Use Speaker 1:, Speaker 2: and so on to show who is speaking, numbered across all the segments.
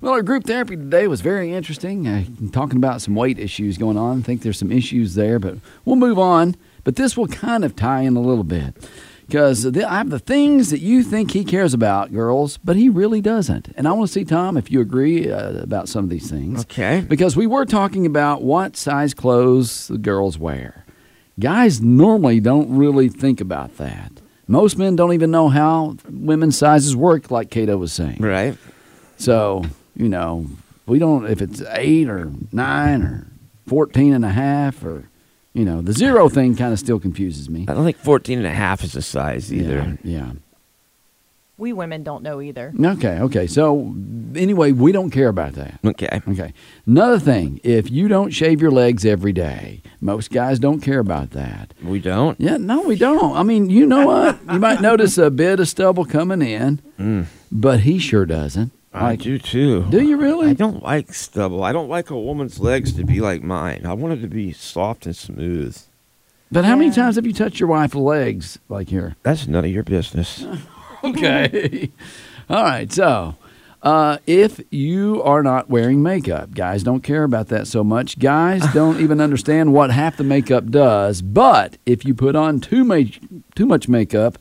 Speaker 1: Well, our group therapy today was very interesting. Uh, talking about some weight issues going on. I think there's some issues there, but we'll move on. But this will kind of tie in a little bit because I have the things that you think he cares about, girls, but he really doesn't. And I want to see, Tom, if you agree uh, about some of these things.
Speaker 2: Okay.
Speaker 1: Because we were talking about what size clothes the girls wear. Guys normally don't really think about that. Most men don't even know how women's sizes work, like Cato was saying.
Speaker 2: Right.
Speaker 1: So, you know, we don't, if it's eight or nine or 14 and a half or, you know, the zero thing kind of still confuses me.
Speaker 2: I don't think 14 and a half is a size either.
Speaker 1: Yeah.
Speaker 3: We women don't know either.
Speaker 1: yeah. Okay. Okay. So, anyway, we don't care about that.
Speaker 2: Okay.
Speaker 1: Okay. Another thing, if you don't shave your legs every day, most guys don't care about that.
Speaker 2: We don't.
Speaker 1: Yeah, no, we don't. I mean, you know what? You might notice a bit of stubble coming in, but he sure doesn't.
Speaker 2: Mm. I do too.
Speaker 1: Do you really?
Speaker 2: I don't like stubble. I don't like a woman's legs to be like mine. I want it to be soft and smooth.
Speaker 1: But how many times have you touched your wife's legs like here?
Speaker 2: That's none of your business.
Speaker 1: Okay. All right. So, uh, if you are not wearing makeup, guys don't care about that so much. Guys don't even understand what half the makeup does. But if you put on too much, too much makeup,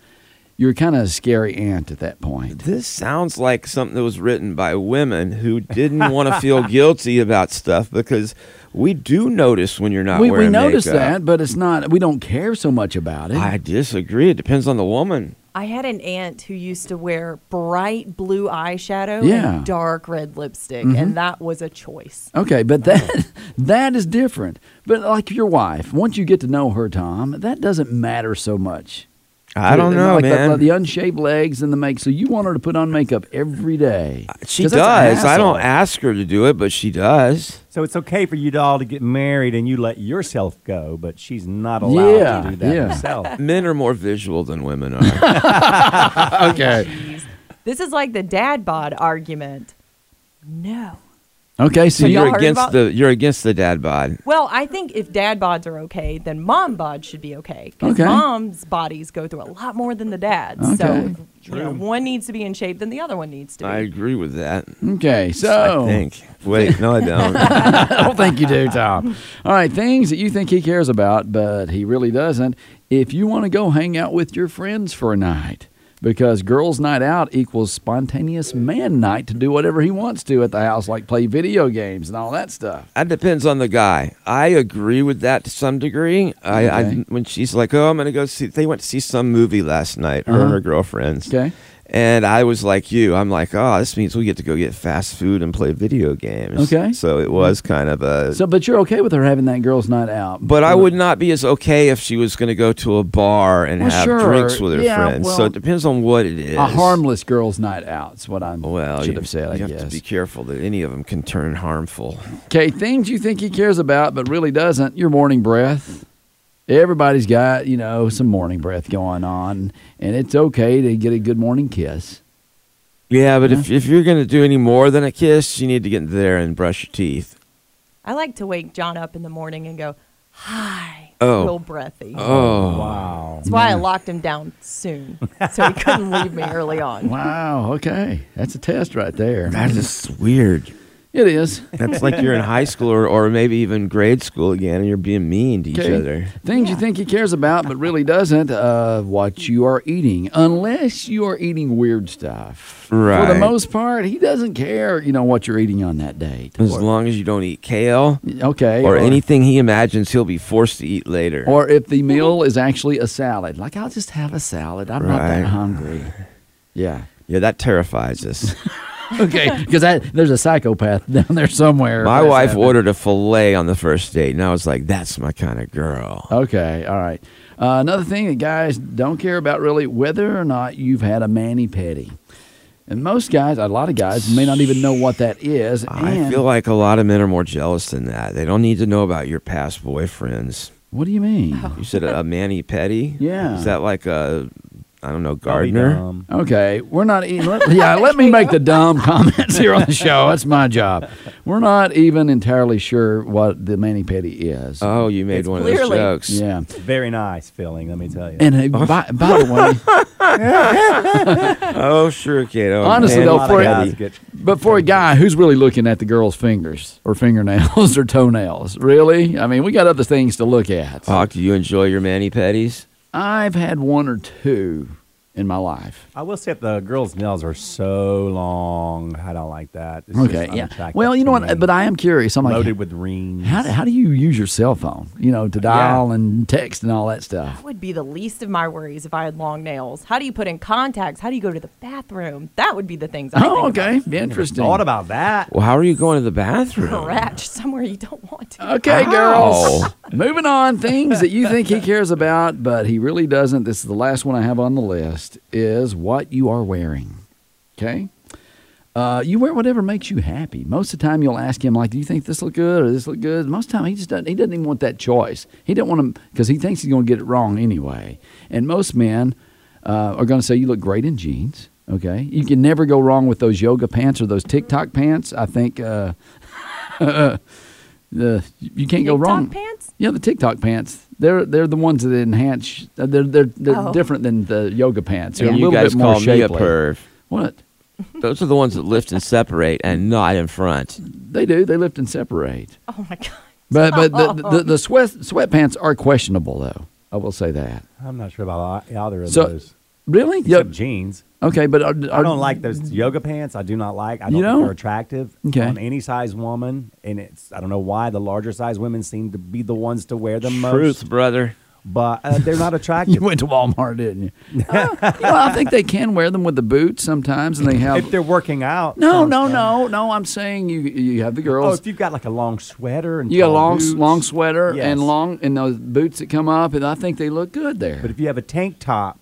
Speaker 1: you're kind of a scary aunt at that point.
Speaker 2: This sounds like something that was written by women who didn't want to feel guilty about stuff because we do notice when you're not
Speaker 1: we we
Speaker 2: wearing
Speaker 1: notice
Speaker 2: makeup.
Speaker 1: that, but it's not. We don't care so much about it.
Speaker 2: I disagree. It depends on the woman.
Speaker 3: I had an aunt who used to wear bright blue eyeshadow
Speaker 1: Yeah. Mm-hmm.
Speaker 3: and dark red lipstick, and that was a choice.
Speaker 1: Okay, but
Speaker 2: Oh.
Speaker 1: that that is different. But like your wife, once you get to know her, Tom, that doesn't matter so much.
Speaker 2: I don't know,
Speaker 1: like the-
Speaker 2: man.
Speaker 1: The, unshaved legs and the make. So you want her to put on makeup every day.
Speaker 2: Uh, she
Speaker 1: 'Cause that's a
Speaker 2: does. I don't
Speaker 1: hassle.
Speaker 2: ask her to do it, but she does.
Speaker 4: So it's okay for you all to get married and you let yourself go, but she's not allowed
Speaker 1: Yeah,
Speaker 4: to do that
Speaker 1: yeah.
Speaker 4: herself.
Speaker 2: Men are more visual than women are.
Speaker 1: Okay.
Speaker 3: This is like the dad bod argument. No.
Speaker 1: Okay. So,
Speaker 2: so
Speaker 1: you
Speaker 3: y'all
Speaker 2: you're
Speaker 3: heard
Speaker 2: against
Speaker 3: about-
Speaker 2: the you're against the dad bod.
Speaker 3: Well, I think if dad bods are okay, then mom bods should be okay. Because
Speaker 1: Okay.
Speaker 3: mom's bodies go through a lot more than the dad's.
Speaker 1: Okay.
Speaker 3: So you know, one needs to be in shape, then the other one needs to be.
Speaker 2: I agree with that.
Speaker 1: okay.
Speaker 2: I
Speaker 1: So
Speaker 2: think. Wait, no, I don't.
Speaker 1: I don't think you do, Tom. All right. Things that you think he cares about, but he really doesn't. If you want to go hang out with your friends for a night, because girls' night out equals spontaneous man night to do whatever he wants to at the house, like play video games and all that stuff.
Speaker 2: that depends on the guy. I agree with that to some degree. I,
Speaker 1: Okay.
Speaker 2: I when she's like, "Oh, I'm gonna go see," they went to see some movie last night, her and her girlfriends.
Speaker 1: Uh-huh. Okay.
Speaker 2: And I was like you. I'm like, oh, this means we get to go get fast food and play video games.
Speaker 1: Okay.
Speaker 2: So it was kind of a.
Speaker 1: So, but you're okay with her having that girls' night out.
Speaker 2: but I would not be as okay if she was going to go to a bar and
Speaker 1: Well,
Speaker 2: have
Speaker 1: sure.
Speaker 2: drinks with her
Speaker 1: Yeah,
Speaker 2: friends. so
Speaker 1: well,
Speaker 2: it depends on what it is.
Speaker 1: a harmless girls' night out is what I'm.
Speaker 2: Well,
Speaker 1: should
Speaker 2: you
Speaker 1: have said. I
Speaker 2: you have
Speaker 1: guess.
Speaker 2: to be careful that any of them can turn harmful.
Speaker 1: Okay, things you think he cares about but really doesn't. Your morning breath. Everybody's got, you know, some morning breath going on, and it's okay to get a good morning kiss.
Speaker 2: Yeah, but if if you're going to do any more than a kiss, you need to get there and brush your teeth.
Speaker 3: I like to wake John up in the morning and go, hi,
Speaker 2: Oh.
Speaker 3: real breathy.
Speaker 2: Oh,
Speaker 4: Wow.
Speaker 3: That's why I locked him down soon, so he couldn't leave me early on.
Speaker 1: Wow, okay. That's a test right there.
Speaker 2: that is weird.
Speaker 1: It is.
Speaker 2: That's like you're in high school or, or maybe even grade school again, and you're being mean to each
Speaker 1: Okay.
Speaker 2: other.
Speaker 1: Things you think he cares about but really doesn't, uh, what you are eating, unless you are eating weird stuff. For the
Speaker 2: Right.
Speaker 1: most part, he doesn't care, you know, what you're eating on that date.
Speaker 2: As
Speaker 1: Or-
Speaker 2: long as you don't eat kale
Speaker 1: okay.
Speaker 2: or anything he imagines he'll be forced to eat later.
Speaker 1: Or if the meal is actually a salad. Like, I'll just have a salad. I'm not that
Speaker 2: Right.
Speaker 1: hungry. Yeah.
Speaker 2: yeah, that terrifies us.
Speaker 1: Okay. Because there's a psychopath down there somewhere.
Speaker 2: My
Speaker 1: That's
Speaker 2: wife
Speaker 1: happening.
Speaker 2: ordered a fillet on the first date, and I was like, that's my kind of girl.
Speaker 1: Oh, Okay, all right. Uh, another thing that guys don't care about really whether or not you've had a mani pedi, and most guys, a lot of guys, may not even know what that is.
Speaker 2: I
Speaker 1: and-
Speaker 2: feel like a lot of men are more jealous than that. They don't need to know about your past boyfriends.
Speaker 1: What do you mean?
Speaker 2: You said a, a mani petty?
Speaker 1: Yeah.
Speaker 2: Is that like a, I don't know,
Speaker 4: Probably
Speaker 2: gardener?
Speaker 4: dumb.
Speaker 1: Okay, we're not even. Let, yeah, let me make the dumb comments here on the show. That's my job. We're not even entirely sure what the mani pedi is.
Speaker 2: Oh, you made
Speaker 3: It's
Speaker 2: one of
Speaker 3: clearly-
Speaker 2: those jokes.
Speaker 1: yeah.
Speaker 4: Very nice feeling, let me tell you.
Speaker 1: And uh, by, by the way,
Speaker 2: Oh, sure, kiddo.
Speaker 1: Honestly,
Speaker 2: Mani
Speaker 1: though,
Speaker 4: a lot
Speaker 1: for-
Speaker 4: of
Speaker 2: petty.
Speaker 4: guys get
Speaker 1: But for a guy who's really looking at the girl's fingers or fingernails or toenails, really? I mean, we got other things to look at.
Speaker 2: Hawk, do you enjoy your mani petties?
Speaker 1: I've had one or two in my life.
Speaker 4: I will say that the girls' nails are so long. I don't like that. It's
Speaker 1: Okay,
Speaker 4: just
Speaker 1: yeah.
Speaker 4: unattractive
Speaker 1: Well, you know
Speaker 4: to
Speaker 1: what?
Speaker 4: me.
Speaker 1: But I am curious. I'm like,
Speaker 4: loaded with rings.
Speaker 1: how, how do you use your cell phone? You know, to dial and text and all that stuff.
Speaker 3: That would be the least of my worries if I had long nails. How do you put in contacts? How do you go to the bathroom? That would be the things. I
Speaker 1: Oh,
Speaker 3: think about.
Speaker 1: okay. Interesting.
Speaker 4: Thought about that.
Speaker 2: Well, how are you going to the bathroom?
Speaker 3: Ratch somewhere you don't want to.
Speaker 1: Okay, girls.
Speaker 2: Ow.
Speaker 1: Moving on, things that you think he cares about, but he really doesn't. This is the last one I have on the list is what you are wearing. Okay? Uh, you wear whatever makes you happy. Most of the time, you'll ask him, like, "Do you think this look good or this look good?" Most of the time, he just doesn't. He doesn't even want that choice. He doesn't want to because he thinks he's going to get it wrong anyway. And most men uh, are going to say, "You look great in jeans." Okay, you can never go wrong with those yoga pants or those TikTok pants. I think uh, the you can't go
Speaker 3: TikTok
Speaker 1: wrong.
Speaker 3: pants?
Speaker 1: Yeah, the TikTok pants. They're they're the ones that enhance. uh, They're they're, they're
Speaker 3: Oh.
Speaker 1: different than the yoga pants. They're
Speaker 2: And
Speaker 1: a
Speaker 2: you
Speaker 1: little
Speaker 2: guys
Speaker 1: bit more
Speaker 2: call me a
Speaker 1: shapely.
Speaker 2: perv.
Speaker 1: What?
Speaker 2: Those are the ones that lift and separate and not in front.
Speaker 1: They do. They lift and separate.
Speaker 3: Oh my god.
Speaker 1: But but the the, the sweat sweatpants are questionable though. I will say that.
Speaker 4: I'm not sure about ei- either of
Speaker 1: So-
Speaker 4: those.
Speaker 1: Really?
Speaker 4: Except jeans.
Speaker 1: Okay, but are,
Speaker 4: I don't like those yoga pants. I do not like. I don't
Speaker 1: You
Speaker 4: think
Speaker 1: don't?
Speaker 4: they're attractive
Speaker 1: Okay.
Speaker 4: on any size woman, and it's I don't know why the larger size women seem to be the ones to wear them
Speaker 2: Truth,
Speaker 4: most,
Speaker 2: brother.
Speaker 4: but uh, they're not
Speaker 1: You
Speaker 4: attractive.
Speaker 1: went to Walmart, didn't you? Uh, you know, I think they can wear them with the boots sometimes, and they have.
Speaker 4: if they're working out,
Speaker 1: no,
Speaker 4: some-
Speaker 1: no, no, no. I'm saying you you have the
Speaker 4: Oh,
Speaker 1: girls.
Speaker 4: if you've got like a long sweater and
Speaker 1: you got a
Speaker 4: tall
Speaker 1: long
Speaker 4: boots,
Speaker 1: long sweater
Speaker 4: Yes.
Speaker 1: and long and those boots that come up, and I think they look good there.
Speaker 4: But if you have a tank top,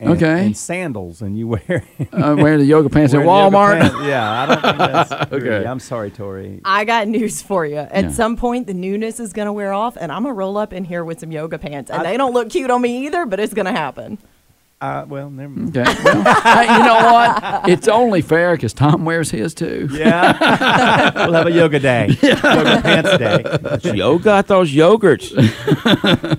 Speaker 4: and,
Speaker 1: Okay.
Speaker 4: and sandals, and you wear
Speaker 1: uh, wearing the yoga pants at
Speaker 4: wear the yoga
Speaker 1: Walmart.
Speaker 4: pants- yeah, I don't think that's
Speaker 1: Okay.
Speaker 4: okay. I'm sorry, Tori.
Speaker 3: I got news for you. At
Speaker 1: Yeah.
Speaker 3: some point, the newness is going to wear off, and I'm going to roll up in here with some yoga pants. And they don't look cute on me either, but it's going to happen.
Speaker 4: Uh, well, never mind.
Speaker 1: Okay. Well, hey, you know what? It's only fair because Tom wears his too.
Speaker 4: Yeah. we'll have a yoga day. Yoga pants day.
Speaker 2: Yoga? I thought it was yogurts.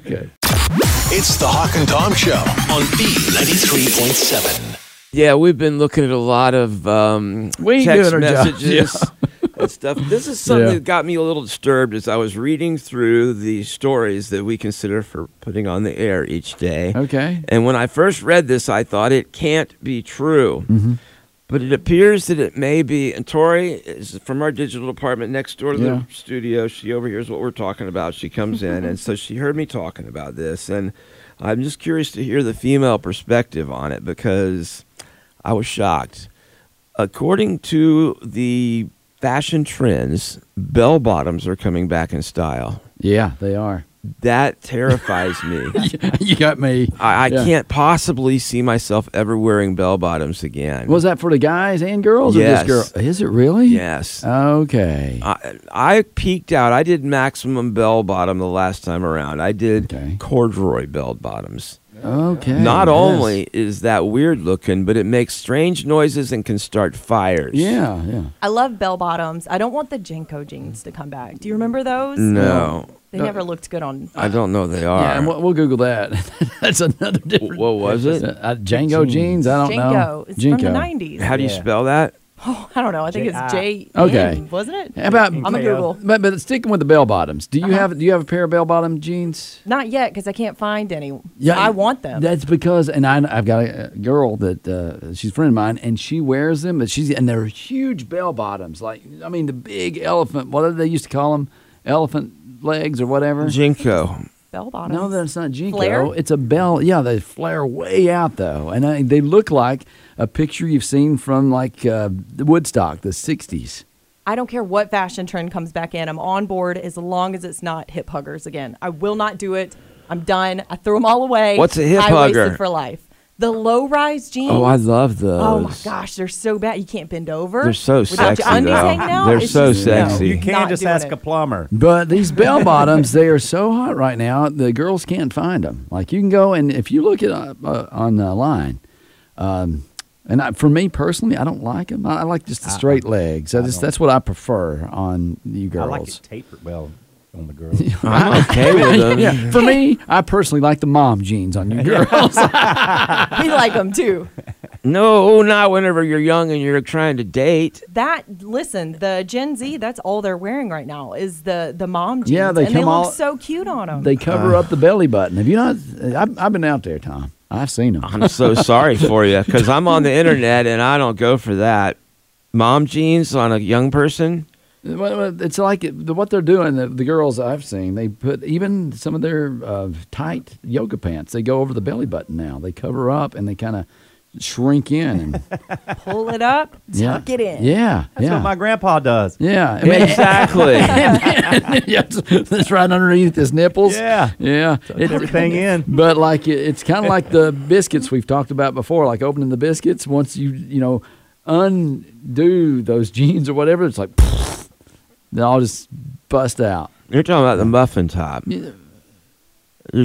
Speaker 5: It's the Hawk and Tom Show on B93.7.
Speaker 2: Yeah, we've been looking at a lot of um,
Speaker 1: We
Speaker 2: text
Speaker 1: doing our job.
Speaker 2: messages and stuff. This is something
Speaker 1: Yeah.
Speaker 2: that got me a little disturbed as I was reading through the stories that we consider for putting on the air each day.
Speaker 1: Okay.
Speaker 2: And when I first read this, I thought it can't be true. But it appears that it may be. And Tori is from our digital department next door to
Speaker 1: Yeah.
Speaker 2: the studio. She overhears what we're talking about. She comes in, and so she heard me talking about this. And I'm just curious to hear the female perspective on it because I was shocked. According to the fashion trends, bell bottoms are coming back in style.
Speaker 1: Yeah, they are.
Speaker 2: That terrifies me.
Speaker 1: you got me.
Speaker 2: I, I
Speaker 1: Yeah.
Speaker 2: can't possibly see myself ever wearing bell bottoms again.
Speaker 1: Was that for the guys and girls or
Speaker 2: Yes.
Speaker 1: just girl? Is it Uh. really?
Speaker 2: yes.
Speaker 1: Okay.
Speaker 2: I, I peaked out. I did maximum bell bottom the last time around. I did
Speaker 1: Okay.
Speaker 2: corduroy bell bottoms.
Speaker 1: okay.
Speaker 2: Not
Speaker 1: yes.
Speaker 2: only is that weird looking, but it makes strange noises and can start fires.
Speaker 1: Yeah, yeah.
Speaker 3: I love bell bottoms. I don't want the Jenko jeans to come back. Do you remember those?
Speaker 2: No.
Speaker 3: They never looked good on.
Speaker 2: I don't know they are.
Speaker 1: Yeah, and we'll, we'll Google that. That's another different.
Speaker 2: what was it?
Speaker 1: Uh, Django jeans? I don't
Speaker 3: Jenko.
Speaker 1: know.
Speaker 3: It's from the 90s.
Speaker 2: How do you
Speaker 4: Yeah.
Speaker 2: spell that?
Speaker 3: Oh, I don't know. I think
Speaker 4: J- ah.
Speaker 3: it's J. E,
Speaker 1: Okay.
Speaker 3: wasn't it?
Speaker 1: How about
Speaker 3: I'm a
Speaker 4: J-O.
Speaker 3: Google. Uh-huh.
Speaker 1: But but sticking with the bell bottoms, do you have do you have a pair of bell bottom jeans?
Speaker 3: Not yet, because I can't find any. I want them.
Speaker 1: That's because, and I, I've got a a girl that uh, she's a friend of mine, and she wears them. But she's and they're huge bell bottoms, like I mean the big elephant. What did they used to call them? Elephant legs or whatever.
Speaker 2: Jinko.
Speaker 3: Bell bottoms.
Speaker 1: No, that's not Jinko.
Speaker 3: Flare?
Speaker 1: It's a bell. Yeah, they flare way out though, and I, they look like a picture you've seen from like uh, Woodstock, the '60s.
Speaker 3: I don't care what fashion trend comes back in. I'm on board as long as it's not hip huggers again. I will not do it. I'm done. I threw them all away.
Speaker 2: What's a hip
Speaker 3: I
Speaker 2: hugger?
Speaker 3: wasted for life. The low rise jeans.
Speaker 2: Oh, I love those.
Speaker 3: Oh my gosh, they're so bad. You can't bend over.
Speaker 2: They're so
Speaker 3: Without
Speaker 2: sexy,
Speaker 3: your undies
Speaker 2: though.
Speaker 3: hanging out,
Speaker 2: They're
Speaker 3: it's
Speaker 2: so
Speaker 3: just-
Speaker 2: sexy.
Speaker 4: You
Speaker 2: Not
Speaker 4: can't just
Speaker 3: doing
Speaker 4: ask
Speaker 3: it.
Speaker 4: a plumber.
Speaker 1: But these bell bottoms, they are so hot right now. The girls can't find them. Like you can go and if you look at uh, uh, on the line, um, and I, for me personally, I don't like them. I, I like just the straight legs. I just that's what I prefer on you
Speaker 4: I like it
Speaker 1: girls.
Speaker 4: tapered. Well, on the girls.
Speaker 2: I'm okay with them.
Speaker 1: yeah, for me, I personally like the mom jeans on you girls.
Speaker 3: We like them too.
Speaker 2: No, not whenever you're young and you're trying to date.
Speaker 3: That listen, the Gen Z. That's all they're wearing right now is the the mom jeans.
Speaker 1: Yeah, they
Speaker 3: and they
Speaker 1: come
Speaker 3: look
Speaker 1: all-
Speaker 3: so cute on them.
Speaker 1: they cover up the belly button. Have you not? I've, I've been out there, Tom. I've seen them.
Speaker 2: I'm so sorry for you because I'm on the internet and I don't go for that. Mom jeans on a young person.
Speaker 1: Well, well, It's like it, the- what they're doing. The, the girls I've seen, they put even some of their uh, tight yoga pants. They go over the belly button now. They cover up and they kind of shrink in. And,
Speaker 3: Pull it up,
Speaker 1: yeah,
Speaker 3: tuck it in.
Speaker 1: Yeah,
Speaker 4: That's
Speaker 1: yeah,
Speaker 4: what my grandpa does.
Speaker 1: yeah. I mean,
Speaker 2: Exactly.
Speaker 1: yes, that's right underneath his nipples.
Speaker 4: Yeah.
Speaker 1: yeah. It-
Speaker 4: Everything in.
Speaker 1: but like it, it's kind of like the biscuits we've talked about before. Like opening the biscuits once you you know undo those jeans or whatever, it's like they all just bust out.
Speaker 2: You're talking about the muffin top. You're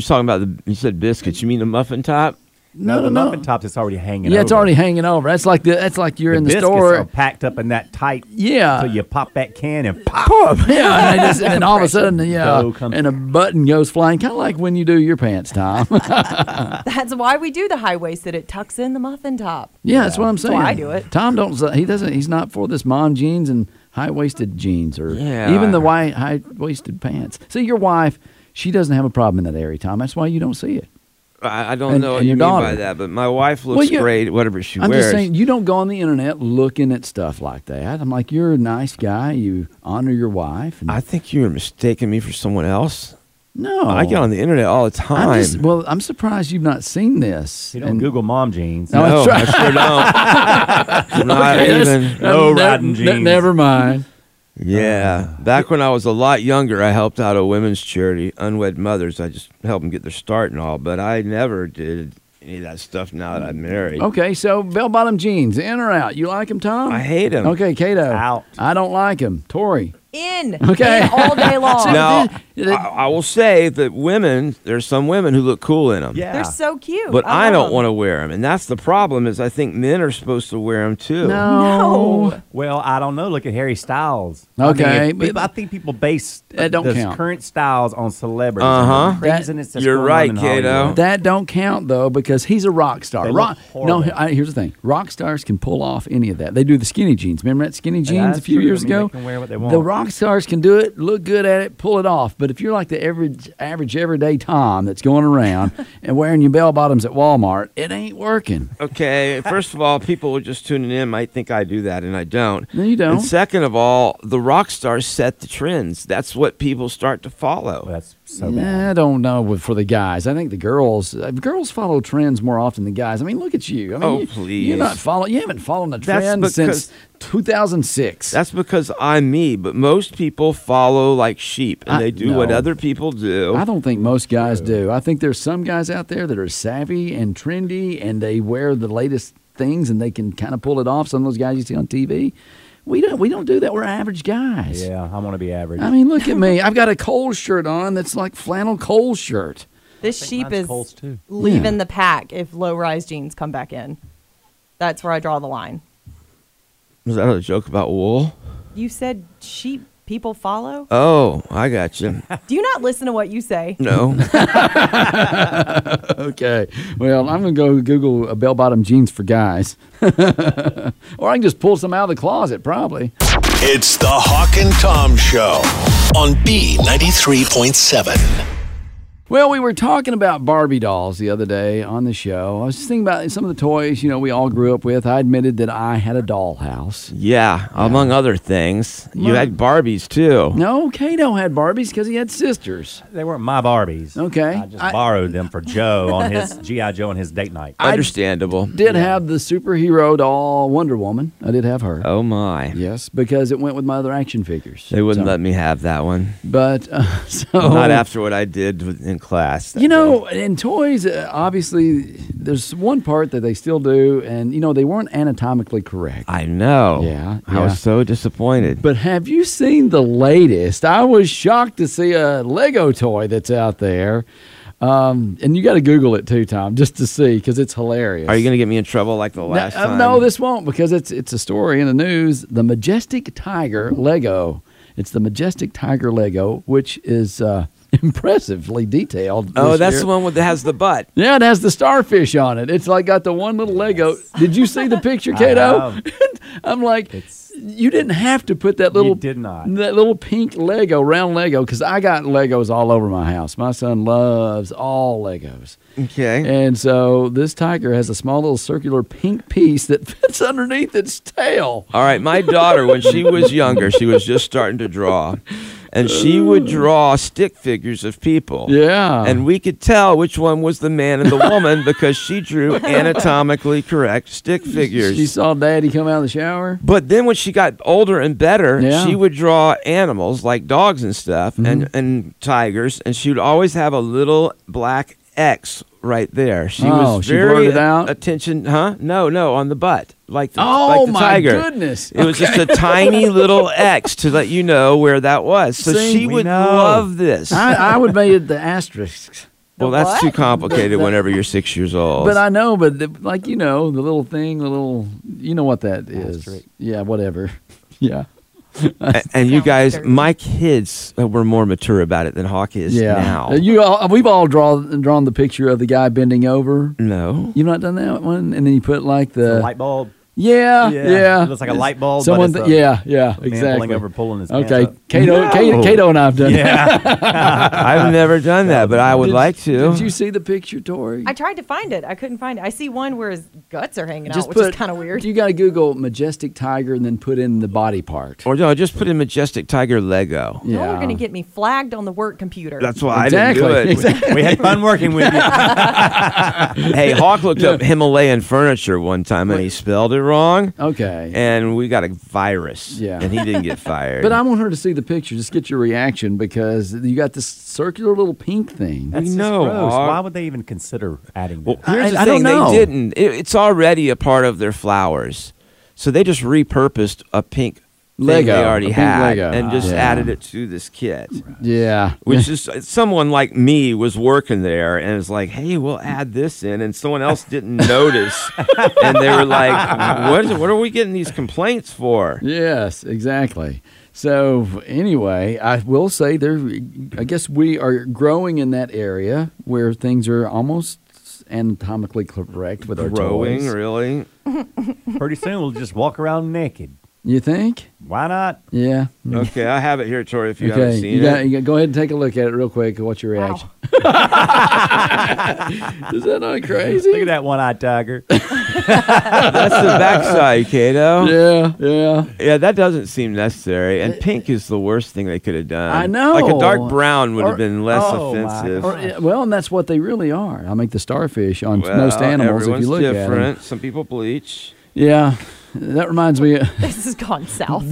Speaker 2: talking about the. You said biscuits. You mean the muffin top?
Speaker 4: No, the muffin tops is already hanging.
Speaker 1: Yeah, it's
Speaker 4: over.
Speaker 1: already hanging over. That's like the, that's like you're in the
Speaker 4: biscuits Are
Speaker 1: store. Uh,
Speaker 4: packed up in that tight.
Speaker 1: Yeah.
Speaker 4: So you pop that can and pop.
Speaker 1: yeah, and, they just- and all of a sudden, yeah,
Speaker 4: Dough comes-
Speaker 1: and a button goes flying, kind of like when you do your pants, Tom.
Speaker 3: That's why we do the high waisted. It tucks in the muffin top.
Speaker 1: yeah, that's what I'm
Speaker 3: why
Speaker 1: saying.
Speaker 3: I do it.
Speaker 1: Tom don't. He doesn't. He's not for this mom jeans and high waisted jeans or
Speaker 2: Yeah.
Speaker 1: even the white high waisted pants. See, your wife, she doesn't have a problem in that area, Tom. That's why you don't see it.
Speaker 2: I, I don't
Speaker 1: And-
Speaker 2: know what
Speaker 1: and
Speaker 2: you
Speaker 1: your
Speaker 2: mean by
Speaker 1: daughter.
Speaker 2: that, but my wife
Speaker 1: Well,
Speaker 2: looks
Speaker 1: you-
Speaker 2: great, whatever she
Speaker 1: I'm
Speaker 2: wears.
Speaker 1: just saying, you don't go on the internet looking at stuff like that. I'm like, you're a nice guy. You honor your wife. And
Speaker 2: I think you're mistaking me for someone else.
Speaker 1: no,
Speaker 2: I get on the internet all the time.
Speaker 1: Oh. I'm just, well, I'm surprised you've not seen this.
Speaker 4: You don't
Speaker 1: And-
Speaker 4: Google mom jeans.
Speaker 1: No,
Speaker 2: no,
Speaker 1: that's
Speaker 2: I sure don't. I'm not even.
Speaker 4: No
Speaker 1: Um, ne-
Speaker 4: rotten
Speaker 1: ne-
Speaker 4: jeans.
Speaker 1: never mind.
Speaker 2: Yeah. Back when I was a lot younger, I helped out a women's charity, Unwed Mothers. I just helped them get their start and all, but I never did any of that stuff now that I'm married.
Speaker 1: Okay, so bell bottom jeans, in or out? You like them, Tom?
Speaker 2: I hate them.
Speaker 1: Okay, Kato.
Speaker 4: Out.
Speaker 1: I don't like them. Tori.
Speaker 3: In.
Speaker 1: Okay.
Speaker 3: In all day long.
Speaker 2: Now,
Speaker 1: Did- did-
Speaker 2: I, I will say that women, there's some women who look cool in them.
Speaker 4: Yeah.
Speaker 3: They're so cute.
Speaker 2: But I, don't want
Speaker 3: to.
Speaker 2: to wear them. And that's the problem is I think men are supposed to wear them too.
Speaker 1: No.
Speaker 4: Well, I don't know. Look at Harry Styles. I,
Speaker 1: Okay,
Speaker 4: mean, if-
Speaker 1: but-
Speaker 4: I think people base
Speaker 1: That don't
Speaker 4: the
Speaker 1: count.
Speaker 4: current styles on celebrities.
Speaker 2: Uh-huh.
Speaker 4: and the craziness that's
Speaker 2: You're
Speaker 4: going on
Speaker 2: right,
Speaker 4: in
Speaker 2: kiddo.
Speaker 4: Hollywood.
Speaker 1: That don't count though because he's a rock star.
Speaker 4: They
Speaker 1: rock.
Speaker 4: look
Speaker 1: No,
Speaker 4: horrible.
Speaker 1: he- I, here's the thing: rock stars can pull off any of that. They do the skinny jeans. Remember that skinny jeans a
Speaker 4: that's
Speaker 1: few
Speaker 4: true.
Speaker 1: years
Speaker 4: I mean,
Speaker 1: ago?
Speaker 4: they can wear what they
Speaker 1: The
Speaker 4: want.
Speaker 1: rock stars can do it, look good at it, pull it off. But if you're like the average, average everyday Tom that's going around and wearing your bell bottoms at Walmart, it ain't working.
Speaker 2: Okay, first of all, people who are just tuning in might think I do that, and I don't.
Speaker 1: No, you don't.
Speaker 2: And second of all, the rock stars set the trends. That's what people start to follow.
Speaker 4: Well, that's so
Speaker 1: Nah, I
Speaker 4: bad.
Speaker 1: don't know with- for the guys. I think the girls uh, girls follow trends more often than guys. I mean, look at you. I mean,
Speaker 2: Oh,
Speaker 1: you,
Speaker 2: please.
Speaker 1: You're not follow, You haven't followed a
Speaker 2: That's
Speaker 1: trend since
Speaker 2: because-
Speaker 1: 2006.
Speaker 2: That's because I'm me, but most people follow like sheep and
Speaker 1: I-
Speaker 2: they do
Speaker 1: no.
Speaker 2: what other people do.
Speaker 1: I don't think most guys do. I think there's some guys out there that are savvy and trendy and they wear the latest things and they can kind of pull it off. Some of those guys you see on TV. We don't we don't do that. We're average guys.
Speaker 4: Yeah, I want to be average.
Speaker 1: I mean, look at me. I've got a Cole shirt on that's like flannel Cole shirt.
Speaker 3: This sheep
Speaker 4: mine's
Speaker 3: is
Speaker 4: Kohl's, too.
Speaker 3: leaving
Speaker 1: Yeah.
Speaker 2: Hmm.
Speaker 3: the pack if low rise jeans come back in. That's where I draw the line.
Speaker 2: Was that a joke about wool?
Speaker 3: You said sheep people follow?
Speaker 2: Oh, I got you.
Speaker 3: Do you not listen to what you say?
Speaker 2: No.
Speaker 1: Okay. Well, I'm going to go Google uh, bell bottom jeans for guys. or I can just pull some out of the closet, probably.
Speaker 5: It's the Hawk and Tom Show on B93.7.
Speaker 1: Well, we were talking about Barbie dolls the other day on the show. I was just thinking about some of the toys, you know, we all grew up with. I admitted that I had a dollhouse.
Speaker 2: yeah, among other things, you had Barbies too.
Speaker 1: No, Kato had Barbies because he had sisters.
Speaker 4: They weren't my Barbies.
Speaker 1: Okay.
Speaker 4: I just
Speaker 1: I-
Speaker 4: borrowed them for Joe on his GI Joe on his date night.
Speaker 2: Understandable.
Speaker 1: Did have the superhero doll Wonder Woman. I did have her.
Speaker 2: Oh my.
Speaker 1: Yes, because it went with my other action figures.
Speaker 2: They wouldn't let me have that one.
Speaker 1: But uh, so
Speaker 2: Not after what I did with- in class. that
Speaker 1: You
Speaker 2: day.
Speaker 1: know, in toys, uh, obviously, there's one part that they still do, and you know they weren't anatomically correct.
Speaker 2: I know.
Speaker 1: Yeah,
Speaker 2: I
Speaker 1: yeah.
Speaker 2: was so disappointed.
Speaker 1: But have you seen the latest? I was shocked to see a Lego toy that's out there, um, and you got to Google it too, Tom, just to see because it's hilarious.
Speaker 2: Are you going to get me in trouble like the last
Speaker 1: no, uh,
Speaker 2: time?
Speaker 1: no, this won't because it's it's a story in the news. The majestic tiger Lego. It's the majestic tiger Lego, which is uh, impressively detailed.
Speaker 2: Oh,
Speaker 1: this
Speaker 2: that's
Speaker 1: year.
Speaker 2: the one with that has the butt.
Speaker 1: Yeah, it has the starfish on it. It's like got the one little Lego. Did you see the picture,
Speaker 4: I
Speaker 1: Kato?
Speaker 4: have.
Speaker 1: I'm like,
Speaker 4: It's-
Speaker 1: you didn't have to put that little
Speaker 4: did not.
Speaker 1: that little pink Lego, round Lego, because I got Legos all over my house. My son loves all Legos,
Speaker 2: Okay.
Speaker 1: and so this tiger has a small little circular pink piece that fits underneath its tail.
Speaker 2: All right, my daughter, when she was younger, she was just starting to draw, and she would draw stick figures of people.
Speaker 1: Yeah,
Speaker 2: And we could tell which one was the man and the woman because she drew anatomically correct stick figures.
Speaker 1: she saw Daddy come out of the shower.
Speaker 2: But then when she got older and better,
Speaker 1: Yeah. Mm-hmm.
Speaker 2: she would draw animals like dogs and stuff and, and tigers, and she would always have a little black X right there. She
Speaker 1: Oh,
Speaker 2: was
Speaker 1: she
Speaker 2: very
Speaker 1: blurred it out?
Speaker 2: attention, huh? No, no, on the butt, like the,
Speaker 1: Oh,
Speaker 2: like the
Speaker 1: my
Speaker 2: tiger.
Speaker 1: goodness.
Speaker 2: It was just a tiny little X to let you know where that was. So
Speaker 1: See,
Speaker 2: she
Speaker 1: we
Speaker 2: would
Speaker 4: know.
Speaker 2: love this.
Speaker 1: I, I would make it the asterisks.
Speaker 2: well, that's too complicated whenever you're six years old.
Speaker 1: But I know, but the, like you know, the little thing, the little, you know what that is? Yeah, whatever. Yeah,
Speaker 2: A- and you
Speaker 3: Sounds
Speaker 2: guys,
Speaker 3: dirty.
Speaker 2: my kids were more mature about it than Hawk is
Speaker 1: yeah.
Speaker 2: now.
Speaker 1: Uh, You all, we've all drawn drawn the picture of the guy bending over.
Speaker 2: no.
Speaker 1: You've not done that one, and then you put like the,
Speaker 4: The light bulb.
Speaker 1: Yeah, yeah,
Speaker 4: Yeah, it looks like a light bulb, but
Speaker 1: Someone,
Speaker 4: it's
Speaker 1: th-
Speaker 4: a-
Speaker 1: yeah, yeah,
Speaker 4: pulling
Speaker 1: exactly.
Speaker 4: over, pulling his pants
Speaker 1: Okay,
Speaker 4: up.
Speaker 1: Kato, Kato,
Speaker 2: No.
Speaker 1: Kato, and I've done. that.
Speaker 4: Yeah.
Speaker 2: I've never done that, but I would
Speaker 1: Did-
Speaker 2: like to.
Speaker 1: Did you see the picture, Tori?
Speaker 3: I tried to find it. I couldn't find it. I see one where his guts are hanging out, which is kind of weird.
Speaker 1: You got to Google majestic tiger and then put in the body part.
Speaker 2: or no, just put in majestic tiger Lego.
Speaker 3: Y'all are
Speaker 1: Yeah.
Speaker 3: going to get me flagged on the work computer.
Speaker 2: That's why I
Speaker 1: Exactly,
Speaker 2: didn't do it.
Speaker 4: we had fun working with you.
Speaker 2: Hey, Hawk looked up Himalayan furniture one time and he spelled it wrong,
Speaker 1: Okay.
Speaker 2: and we got a virus.
Speaker 1: Yeah.
Speaker 2: and he didn't get fired.
Speaker 1: But I want her to see the picture. Just get your reaction because you got this circular little pink thing.
Speaker 4: That's just
Speaker 2: know,
Speaker 4: gross.
Speaker 2: Hawk.
Speaker 4: Why would they even consider adding
Speaker 2: Well,
Speaker 4: that?
Speaker 2: here's
Speaker 1: I-
Speaker 2: the
Speaker 1: I don't
Speaker 2: thing:
Speaker 1: know.
Speaker 2: they didn't. It, it's already a part of their flowers, so they just repurposed a pink thing
Speaker 1: Lego,
Speaker 2: they
Speaker 1: a
Speaker 2: already
Speaker 1: pink
Speaker 2: had
Speaker 1: Lego.
Speaker 2: and just
Speaker 1: Yeah.
Speaker 2: added it to this kit.
Speaker 1: Yeah.
Speaker 2: Which is someone like me was working there and it's like, hey, we'll add this in, and someone else didn't notice, and they were like, what is it? What are we getting these complaints for?
Speaker 1: Yes, exactly. So anyway, I will say there. I guess we are growing in that area where things are almost anatomically correct with our
Speaker 2: Growing,
Speaker 1: toys.
Speaker 2: really?
Speaker 4: Pretty soon we'll just walk around naked.
Speaker 1: You think?
Speaker 4: Why not?
Speaker 1: Yeah.
Speaker 2: Okay, I have it here, Tori. If you haven't seen
Speaker 1: you got,
Speaker 2: it,
Speaker 1: you got- go ahead and take a look at it real quick. What's your
Speaker 3: Wow.
Speaker 1: reaction? Is that not crazy?
Speaker 4: Look at that one-eyed tiger.
Speaker 2: that's the backside, Kato. Yeah.
Speaker 1: Yeah, yeah.
Speaker 2: that doesn't seem necessary. And pink is the worst thing they could have done.
Speaker 1: Uh, I know.
Speaker 2: Like a dark brown would
Speaker 1: Or-
Speaker 2: have been less
Speaker 4: oh, my
Speaker 2: offensive.
Speaker 1: Or, uh, well, and that's what they really are. I make the starfish on most animals. If
Speaker 2: everyone's
Speaker 1: you look
Speaker 2: different.
Speaker 1: at it,
Speaker 2: Some people bleach.
Speaker 1: yeah, that reminds me.
Speaker 3: this has gone south.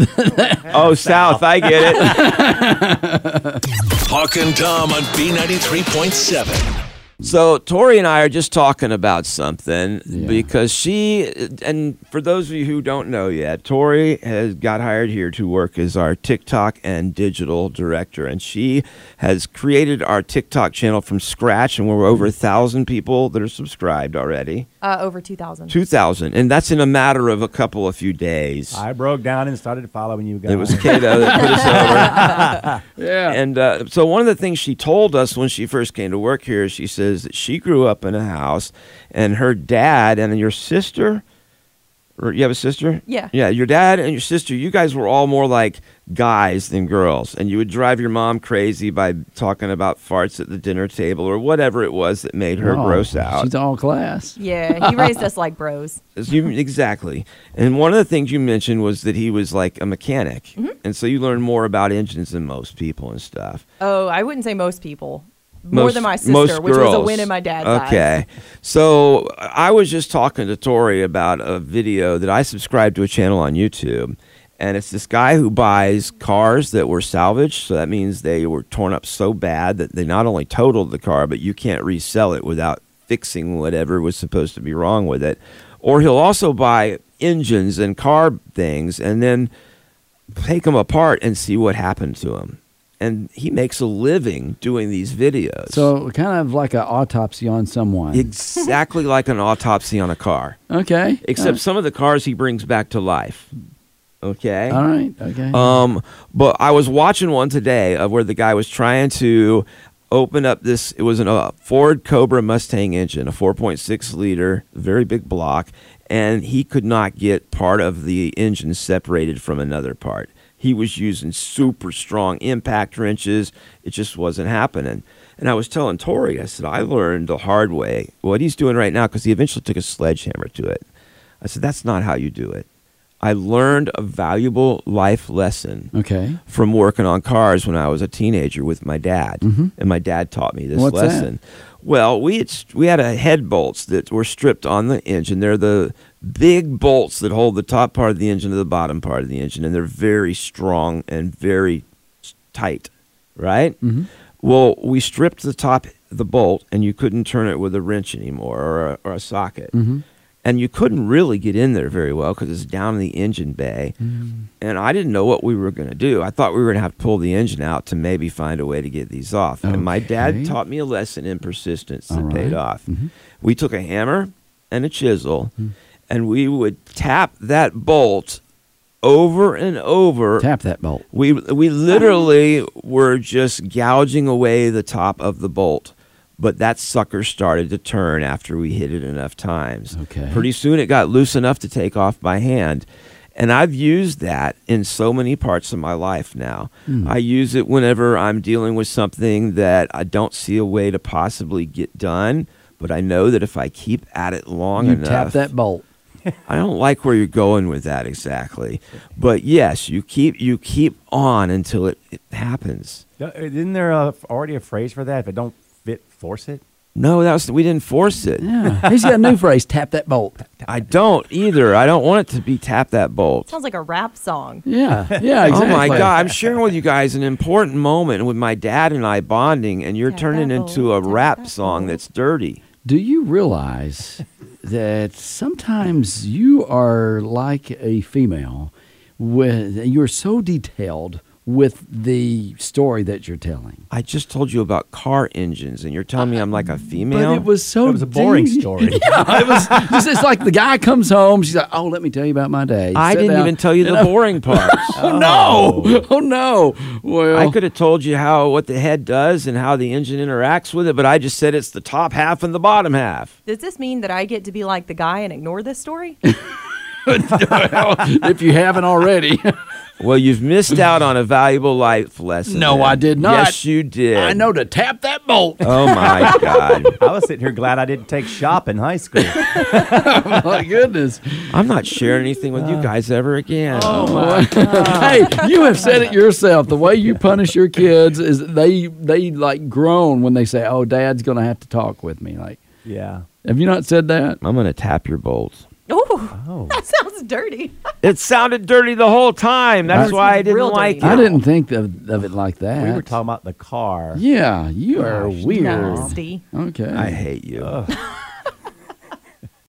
Speaker 2: Oh, South, I get it.
Speaker 5: Hawk and Tom on B93.7.
Speaker 2: So Tori and I are just talking about something
Speaker 1: Yeah.
Speaker 2: because she and for those of you who don't know yet, Tori has got hired here to work as our TikTok and digital director, and she has created our TikTok channel from scratch, and we're over a thousand people that are subscribed already,
Speaker 3: Uh, over 2,000.
Speaker 2: two thousand, and that's in a matter of a couple of few days.
Speaker 4: I broke down and started following you guys.
Speaker 2: it was Kato that put us over.
Speaker 1: Yeah.
Speaker 2: And uh, so one of the things she told us when she first came to work here, she says that she grew up in a house, and her dad and your sister, or you have a sister?
Speaker 3: Yeah.
Speaker 2: Yeah, your dad and your sister, you guys were all more like guys than girls, and you would drive your mom crazy by talking about farts at the dinner table or whatever it was that made her
Speaker 1: Oh,
Speaker 2: gross out.
Speaker 1: She's all class.
Speaker 3: Yeah, he raised us like bros.
Speaker 2: As you- exactly. And one of the things you mentioned was that he was like a mechanic, and so you learn more about engines than most people and stuff.
Speaker 3: Oh, I wouldn't say most people. More
Speaker 2: Most-
Speaker 3: than my sister,
Speaker 2: most
Speaker 3: which was a
Speaker 2: girls.
Speaker 3: win in my dad's eyes.
Speaker 2: Okay. So I was just talking to Tori about a video that I subscribed to a channel on YouTube. And it's this guy who buys cars that were salvaged. So that means they were torn up so bad that they not only totaled the car, but you can't resell it without fixing whatever was supposed to be wrong with it. Or he'll also buy engines and car things and then take them apart and see what happened to them. And he makes a living doing these videos.
Speaker 1: So kind of like an autopsy on someone.
Speaker 2: Exactly like an autopsy on a car,
Speaker 1: okay.
Speaker 2: except some of the cars he brings back to life. Okay.
Speaker 1: All right. Okay.
Speaker 2: Um, but I was watching one today of where the guy was trying to open up this. It was a uh, Ford Cobra Mustang engine, a 4.6 liter, very big block, and he could not get part of the engine separated from another part. He was using super strong impact wrenches. It just wasn't happening. And I was telling Tori, I said, I learned the hard way what he's doing right now because he eventually took a sledgehammer to it. I said, that's not how you do it. I learned a valuable life lesson
Speaker 1: okay.
Speaker 2: from working on cars when I was a teenager with my dad, and my dad taught me this
Speaker 1: Mm-hmm. What's that?
Speaker 2: lesson. Well, we had, st- we had a head bolts that were stripped on the engine. They're the big bolts that hold the top part of the engine to the bottom part of the engine, and they're very strong and very s- tight, right? Mm-hmm. Well, we stripped the top, the bolt, and you couldn't turn it with a wrench anymore or a, or a socket. And you couldn't really get in there very well because it's down in the engine bay. And I didn't know what we were going to do. I thought we were going to have to pull the engine out to maybe find a way to get these off. And my
Speaker 1: Okay.
Speaker 2: dad taught me a lesson in persistence that
Speaker 1: All right.
Speaker 2: paid off. We took a hammer and a chisel, and we would tap that bolt over and over
Speaker 1: Tap that bolt.
Speaker 2: we we literally were just gouging away the top of the bolt, but that sucker started to turn after we hit it enough times.
Speaker 1: Okay.
Speaker 2: Pretty soon it got loose enough to take off by hand. And I've used that in so many parts of my life now.
Speaker 1: Hmm.
Speaker 2: I use it whenever I'm dealing with something that I don't see a way to possibly get done, but I know that if I keep at it long
Speaker 1: You
Speaker 2: enough,
Speaker 1: tap that bolt.
Speaker 2: I don't like where you're going with that exactly, but yes, you keep you keep on until it, it happens.
Speaker 4: Uh, Isn't there a, already a phrase for that? If it don't fit, force it.
Speaker 2: No, that was we didn't force it.
Speaker 1: Yeah. He's got a new phrase. Tap that bolt.
Speaker 2: I don't either. I don't want it to be tap that bolt.
Speaker 3: Sounds like a rap song.
Speaker 1: Yeah. Yeah. Exactly.
Speaker 2: Oh my God! I'm sharing with you guys an important moment with my dad and I bonding, and you're
Speaker 3: Tap that
Speaker 2: turning
Speaker 3: bolt,
Speaker 2: into a
Speaker 3: tap
Speaker 2: rap
Speaker 3: that
Speaker 2: song
Speaker 3: bolt.
Speaker 2: that's dirty.
Speaker 1: Do you realize that sometimes you are like a female with you're so detailed with the story that you're telling.
Speaker 2: I just told you about car engines, and you're telling me I'm like a
Speaker 1: But
Speaker 2: female.
Speaker 1: it was so
Speaker 4: That was a boring
Speaker 1: deep.
Speaker 4: story.
Speaker 1: yeah, it was just it's like the guy comes home, she's like, "Oh, let me tell you about my day."
Speaker 2: I
Speaker 1: Sit
Speaker 2: didn't
Speaker 1: down.
Speaker 2: even tell you the boring parts.
Speaker 1: Oh no. Oh no. Well,
Speaker 2: I could have told you how what the head does and how the engine interacts with it, but I just said it's the top half and the bottom half.
Speaker 3: Does this mean that I get to be like the guy and ignore this story?
Speaker 1: if you haven't already.
Speaker 2: Well, you've missed out on a valuable life lesson.
Speaker 1: No,
Speaker 2: then.
Speaker 1: I did not.
Speaker 2: Yes, you did.
Speaker 1: I know to tap that bolt.
Speaker 2: Oh my God!
Speaker 4: I was sitting here glad I didn't take shop in high school.
Speaker 1: Oh my goodness.
Speaker 2: I'm not sharing anything with
Speaker 1: Uh.
Speaker 2: you guys ever again.
Speaker 1: Oh, hey, you have said it yourself. The way you punish your kids is they they like groan when they say, "Oh, Dad's going to have to talk with me." Like,
Speaker 4: yeah.
Speaker 1: have you not said that?
Speaker 2: I'm gonna tap your bolts.
Speaker 3: Ooh, that sounds dirty.
Speaker 2: It sounded dirty the whole time. That's
Speaker 3: That's
Speaker 2: why I didn't
Speaker 3: real
Speaker 2: like it.
Speaker 3: dirty.
Speaker 1: I didn't think of, of it like that.
Speaker 4: We were talking about the car.
Speaker 1: Yeah, you are weird.
Speaker 3: Nasty.
Speaker 1: Okay.
Speaker 2: I hate you.